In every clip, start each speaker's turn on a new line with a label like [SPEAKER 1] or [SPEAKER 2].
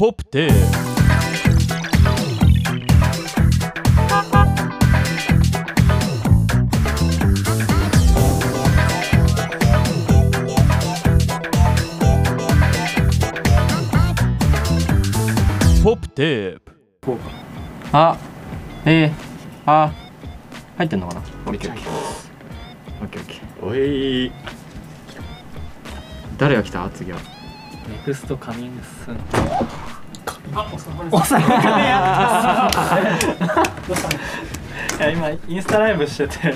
[SPEAKER 1] ポップテポップテープ
[SPEAKER 2] あえー、あ入ってんのかな
[SPEAKER 3] オッケーオッケー
[SPEAKER 2] オッケーオッケー
[SPEAKER 3] おい誰が来た次は
[SPEAKER 4] ネクストカミングスーン
[SPEAKER 5] いや今インスタライブしてて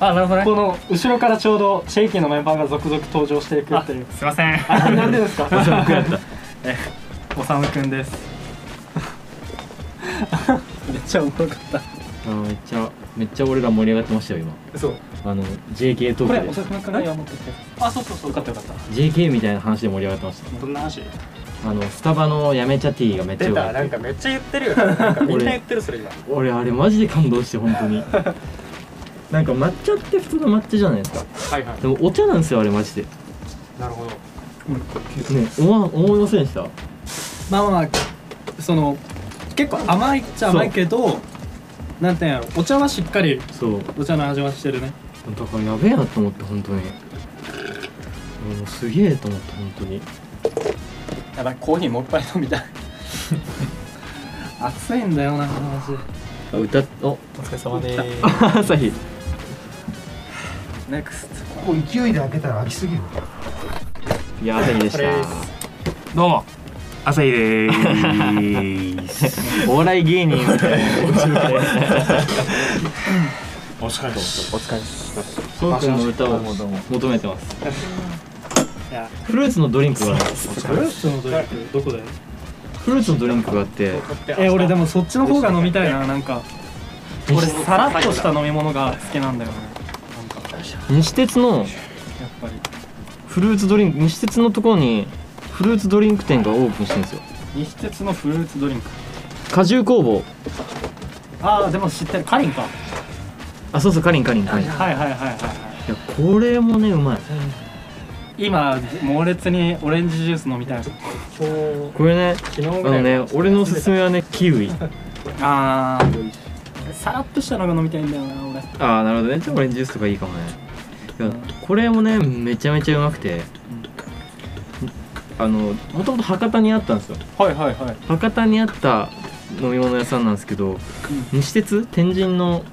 [SPEAKER 4] あなるほどね
[SPEAKER 5] この後ろからちょうどシェイキーのメンバーが続々登場していくっていう
[SPEAKER 4] すいません
[SPEAKER 5] あなんで ですか
[SPEAKER 4] おさむくん ですめっちゃおもろかった
[SPEAKER 3] あーめっちゃめっちゃ俺ら盛り上がってましたよ今
[SPEAKER 4] そう
[SPEAKER 3] あの JK ト
[SPEAKER 4] これ
[SPEAKER 3] ー
[SPEAKER 4] お
[SPEAKER 3] ク
[SPEAKER 4] さ
[SPEAKER 3] で
[SPEAKER 4] むくんが今持ってきて
[SPEAKER 5] あそうそうそうよかったよかっ
[SPEAKER 3] JK みたいな話で盛り上がってました
[SPEAKER 5] たどんな話
[SPEAKER 3] あのスタバのやめちゃティーがめっちゃ
[SPEAKER 6] 出
[SPEAKER 3] 良か
[SPEAKER 6] た
[SPEAKER 3] っ
[SPEAKER 6] なん
[SPEAKER 3] た
[SPEAKER 6] かめっちゃ言ってるよなんかみんな言ってるそれ今
[SPEAKER 3] 俺あれマジで感動して本当 になんか抹茶って普通の抹茶じゃないですか
[SPEAKER 6] はいは
[SPEAKER 3] でもお茶なんですよあれマジでね
[SPEAKER 6] いなるほど
[SPEAKER 3] 思わ思いませんでした
[SPEAKER 5] まあまあその結構甘いっちゃ甘いけどなんていうんやろお茶はしっかり
[SPEAKER 3] そう
[SPEAKER 5] お茶の味はしてるね
[SPEAKER 3] だからやべえなと思って本当にもうすげえと思って本当に
[SPEAKER 4] やばいコーヒーもう一杯飲みた い
[SPEAKER 5] 暑いんだよなマジで
[SPEAKER 3] あ歌っお
[SPEAKER 4] お疲れ様でー
[SPEAKER 3] 朝日
[SPEAKER 4] すネクスト
[SPEAKER 7] ここ勢いで開けたら開きすぎる
[SPEAKER 3] いや朝日でし
[SPEAKER 8] どうも朝日でーす
[SPEAKER 3] た お笑い芸人みたいな
[SPEAKER 8] お疲れ様です
[SPEAKER 3] そうくんの歌を求めてます
[SPEAKER 5] いや
[SPEAKER 3] フルーツのドリンクがあるんです
[SPEAKER 5] フルーツのドリンクどこだよ
[SPEAKER 3] フルーツのドリンクがあって
[SPEAKER 5] え俺でもそっちの方が飲みたいななんか俺さらっとした飲み物が好きなんだよね
[SPEAKER 3] 西鉄の
[SPEAKER 5] やっぱり
[SPEAKER 3] フルーツドリンク西鉄のところにフルーツドリンク店がオープンしてるんですよ
[SPEAKER 5] 西鉄のフルーツドリンク
[SPEAKER 3] 果汁工房
[SPEAKER 5] ああでも知ってるカリンか
[SPEAKER 3] あそうそうカリンカリンカリンいや
[SPEAKER 5] はいはいはいはいはい
[SPEAKER 3] これもねうまい
[SPEAKER 5] 今猛烈にオレンジジュース飲みたい
[SPEAKER 3] これね
[SPEAKER 6] 昨日
[SPEAKER 3] あ
[SPEAKER 6] ぐら
[SPEAKER 3] の
[SPEAKER 6] い
[SPEAKER 3] ね俺のおすすめはねキウイ
[SPEAKER 5] ああさらっとしたのが飲みたいんだよな俺
[SPEAKER 3] ああなるほどねじゃあオレンジジュースとかいいかもねいやこれもねめちゃめちゃうまくてあのもともと博多にあったんですよ
[SPEAKER 5] はいはいはい
[SPEAKER 3] 博多にあった飲み物屋さんなんですけど、西鉄天神の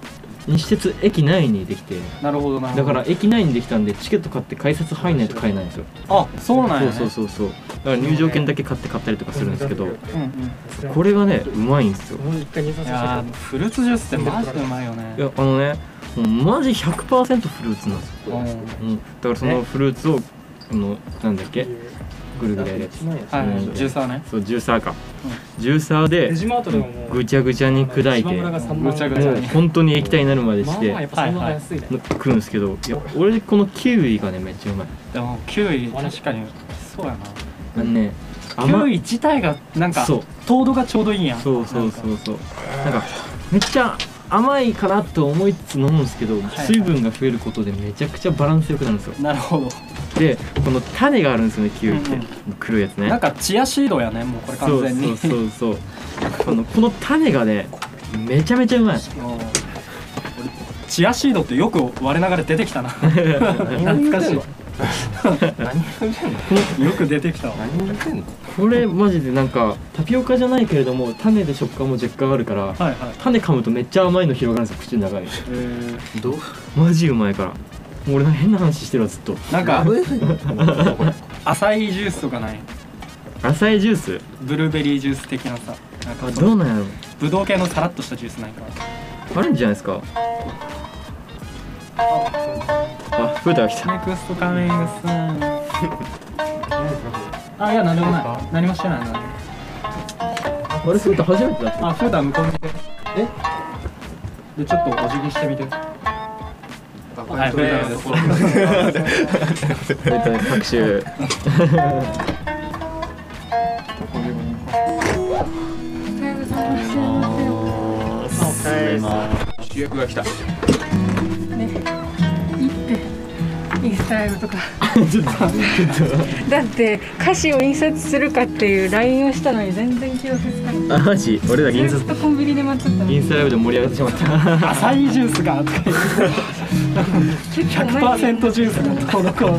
[SPEAKER 3] 西鉄駅内にできて
[SPEAKER 5] なるほどな
[SPEAKER 3] だから駅内にできたんでチケット買って改札入んないと買えないんですよ
[SPEAKER 5] あそうなんや、ね、
[SPEAKER 3] そうそうそうそうだから入場券だけ買って買ったりとかするんですけど
[SPEAKER 5] うんうん
[SPEAKER 3] これがねうまいんですよ
[SPEAKER 6] もう一回二冊
[SPEAKER 5] い
[SPEAKER 6] した
[SPEAKER 5] や
[SPEAKER 6] か
[SPEAKER 5] ーフルーツジュースってマジでうまいよね
[SPEAKER 3] いやあのねもうマジ100%フルーツなんですよ
[SPEAKER 5] うんはい
[SPEAKER 3] うん、だからそのフルーツをこのなんだっけぐるぐるやるやつ
[SPEAKER 5] はいジューサーね
[SPEAKER 3] そうジューサーか、ジューサーで
[SPEAKER 6] デジマートでももう
[SPEAKER 3] ぐちゃぐちゃに砕い
[SPEAKER 6] 島村が
[SPEAKER 3] て
[SPEAKER 6] 3万
[SPEAKER 5] ぐちゃぐちゃ
[SPEAKER 3] もう
[SPEAKER 5] に
[SPEAKER 3] 本当に液体になるまで
[SPEAKER 6] ま
[SPEAKER 3] し
[SPEAKER 6] あ
[SPEAKER 3] て、
[SPEAKER 6] まあやっぱ3万が安いね
[SPEAKER 3] 食うんですけどいや俺このキウイがねめっちゃうまい
[SPEAKER 5] でもキウイ確かにそうやな
[SPEAKER 3] あのね
[SPEAKER 5] キ
[SPEAKER 3] 甘
[SPEAKER 5] ウイ
[SPEAKER 3] い
[SPEAKER 5] 自体がなんか
[SPEAKER 3] そう
[SPEAKER 5] 糖度がちょうどいいやん
[SPEAKER 3] そうそう
[SPEAKER 5] なん
[SPEAKER 3] そ
[SPEAKER 5] か
[SPEAKER 3] うそうなんかめっちゃ甘いかなと思いつつ飲むんですけど
[SPEAKER 5] はい
[SPEAKER 3] 水分が増えることでめちゃくちゃバランスよくなるんですよ
[SPEAKER 5] なるほど
[SPEAKER 3] でこの種があるんですよねキウイって、
[SPEAKER 5] うんうん
[SPEAKER 3] 黒いやつね
[SPEAKER 5] なんかチアシードやねもうこれ完全に
[SPEAKER 3] そうそうそうそうあのこの種がねめちゃめちゃうまい
[SPEAKER 5] もう俺チアシードってよく我ながら出てきたな 懐かしいよく出てきたわ
[SPEAKER 3] これマジでなんかタピオカじゃないけれども種で食感も若干あるから
[SPEAKER 5] はいはい
[SPEAKER 3] 種噛むとめっちゃ甘いの広がるんですよ口の中に
[SPEAKER 5] えー
[SPEAKER 3] マジうまいからもう俺なんか変な話してるわずっと
[SPEAKER 5] なんかアサイージュースとかない
[SPEAKER 3] アサイジュース
[SPEAKER 5] ブルーベリージュース的なさなん
[SPEAKER 3] あ
[SPEAKER 5] かそ
[SPEAKER 3] ど
[SPEAKER 5] の
[SPEAKER 3] うなんやろ
[SPEAKER 5] ブドウ系のさらっとしたジュースないか
[SPEAKER 3] あるんじゃないですかあフータが来た
[SPEAKER 5] ネクストカミングスーンあいや何でもない何もしてないな
[SPEAKER 3] あれフータ初めてだった
[SPEAKER 5] あ、フーダ向こう見て。えで、ちょっとお辞儀してみて。はい、フーダです。
[SPEAKER 3] フータ拍手
[SPEAKER 9] 一分いインスタライブとかだって歌詞を印刷するかっていう LINE をしたのに全然記憶つかない
[SPEAKER 3] あマジ俺ら銀
[SPEAKER 9] ず
[SPEAKER 3] 座
[SPEAKER 9] っとコンビニで待っちゃったの
[SPEAKER 3] 銀座ライブで盛り上がってしまった
[SPEAKER 5] アサイージュースが
[SPEAKER 9] 結構前に
[SPEAKER 5] 100%ジュースがどうのこうの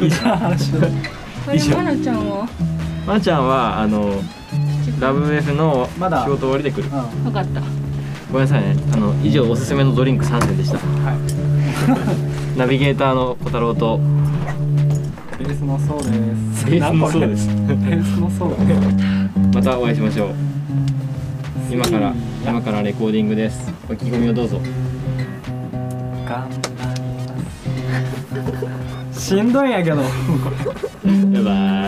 [SPEAKER 5] くだらん話だ
[SPEAKER 9] それマナちゃんは
[SPEAKER 3] まーちゃんはあのラブ F の仕
[SPEAKER 5] まだ
[SPEAKER 3] 事終わりで来る
[SPEAKER 9] 分かった
[SPEAKER 3] ごめんなさいねあの以上おすすめのドリンク3選でした、 ナビゲーターの小太郎と
[SPEAKER 5] ベースもそうです
[SPEAKER 3] ベースもそうです
[SPEAKER 5] ベースもそうです
[SPEAKER 3] またお会いしましょう今から今からレコーディングですお聞き込みをどうぞ
[SPEAKER 5] 頑 張りますしんどいんやけど
[SPEAKER 3] バイバイ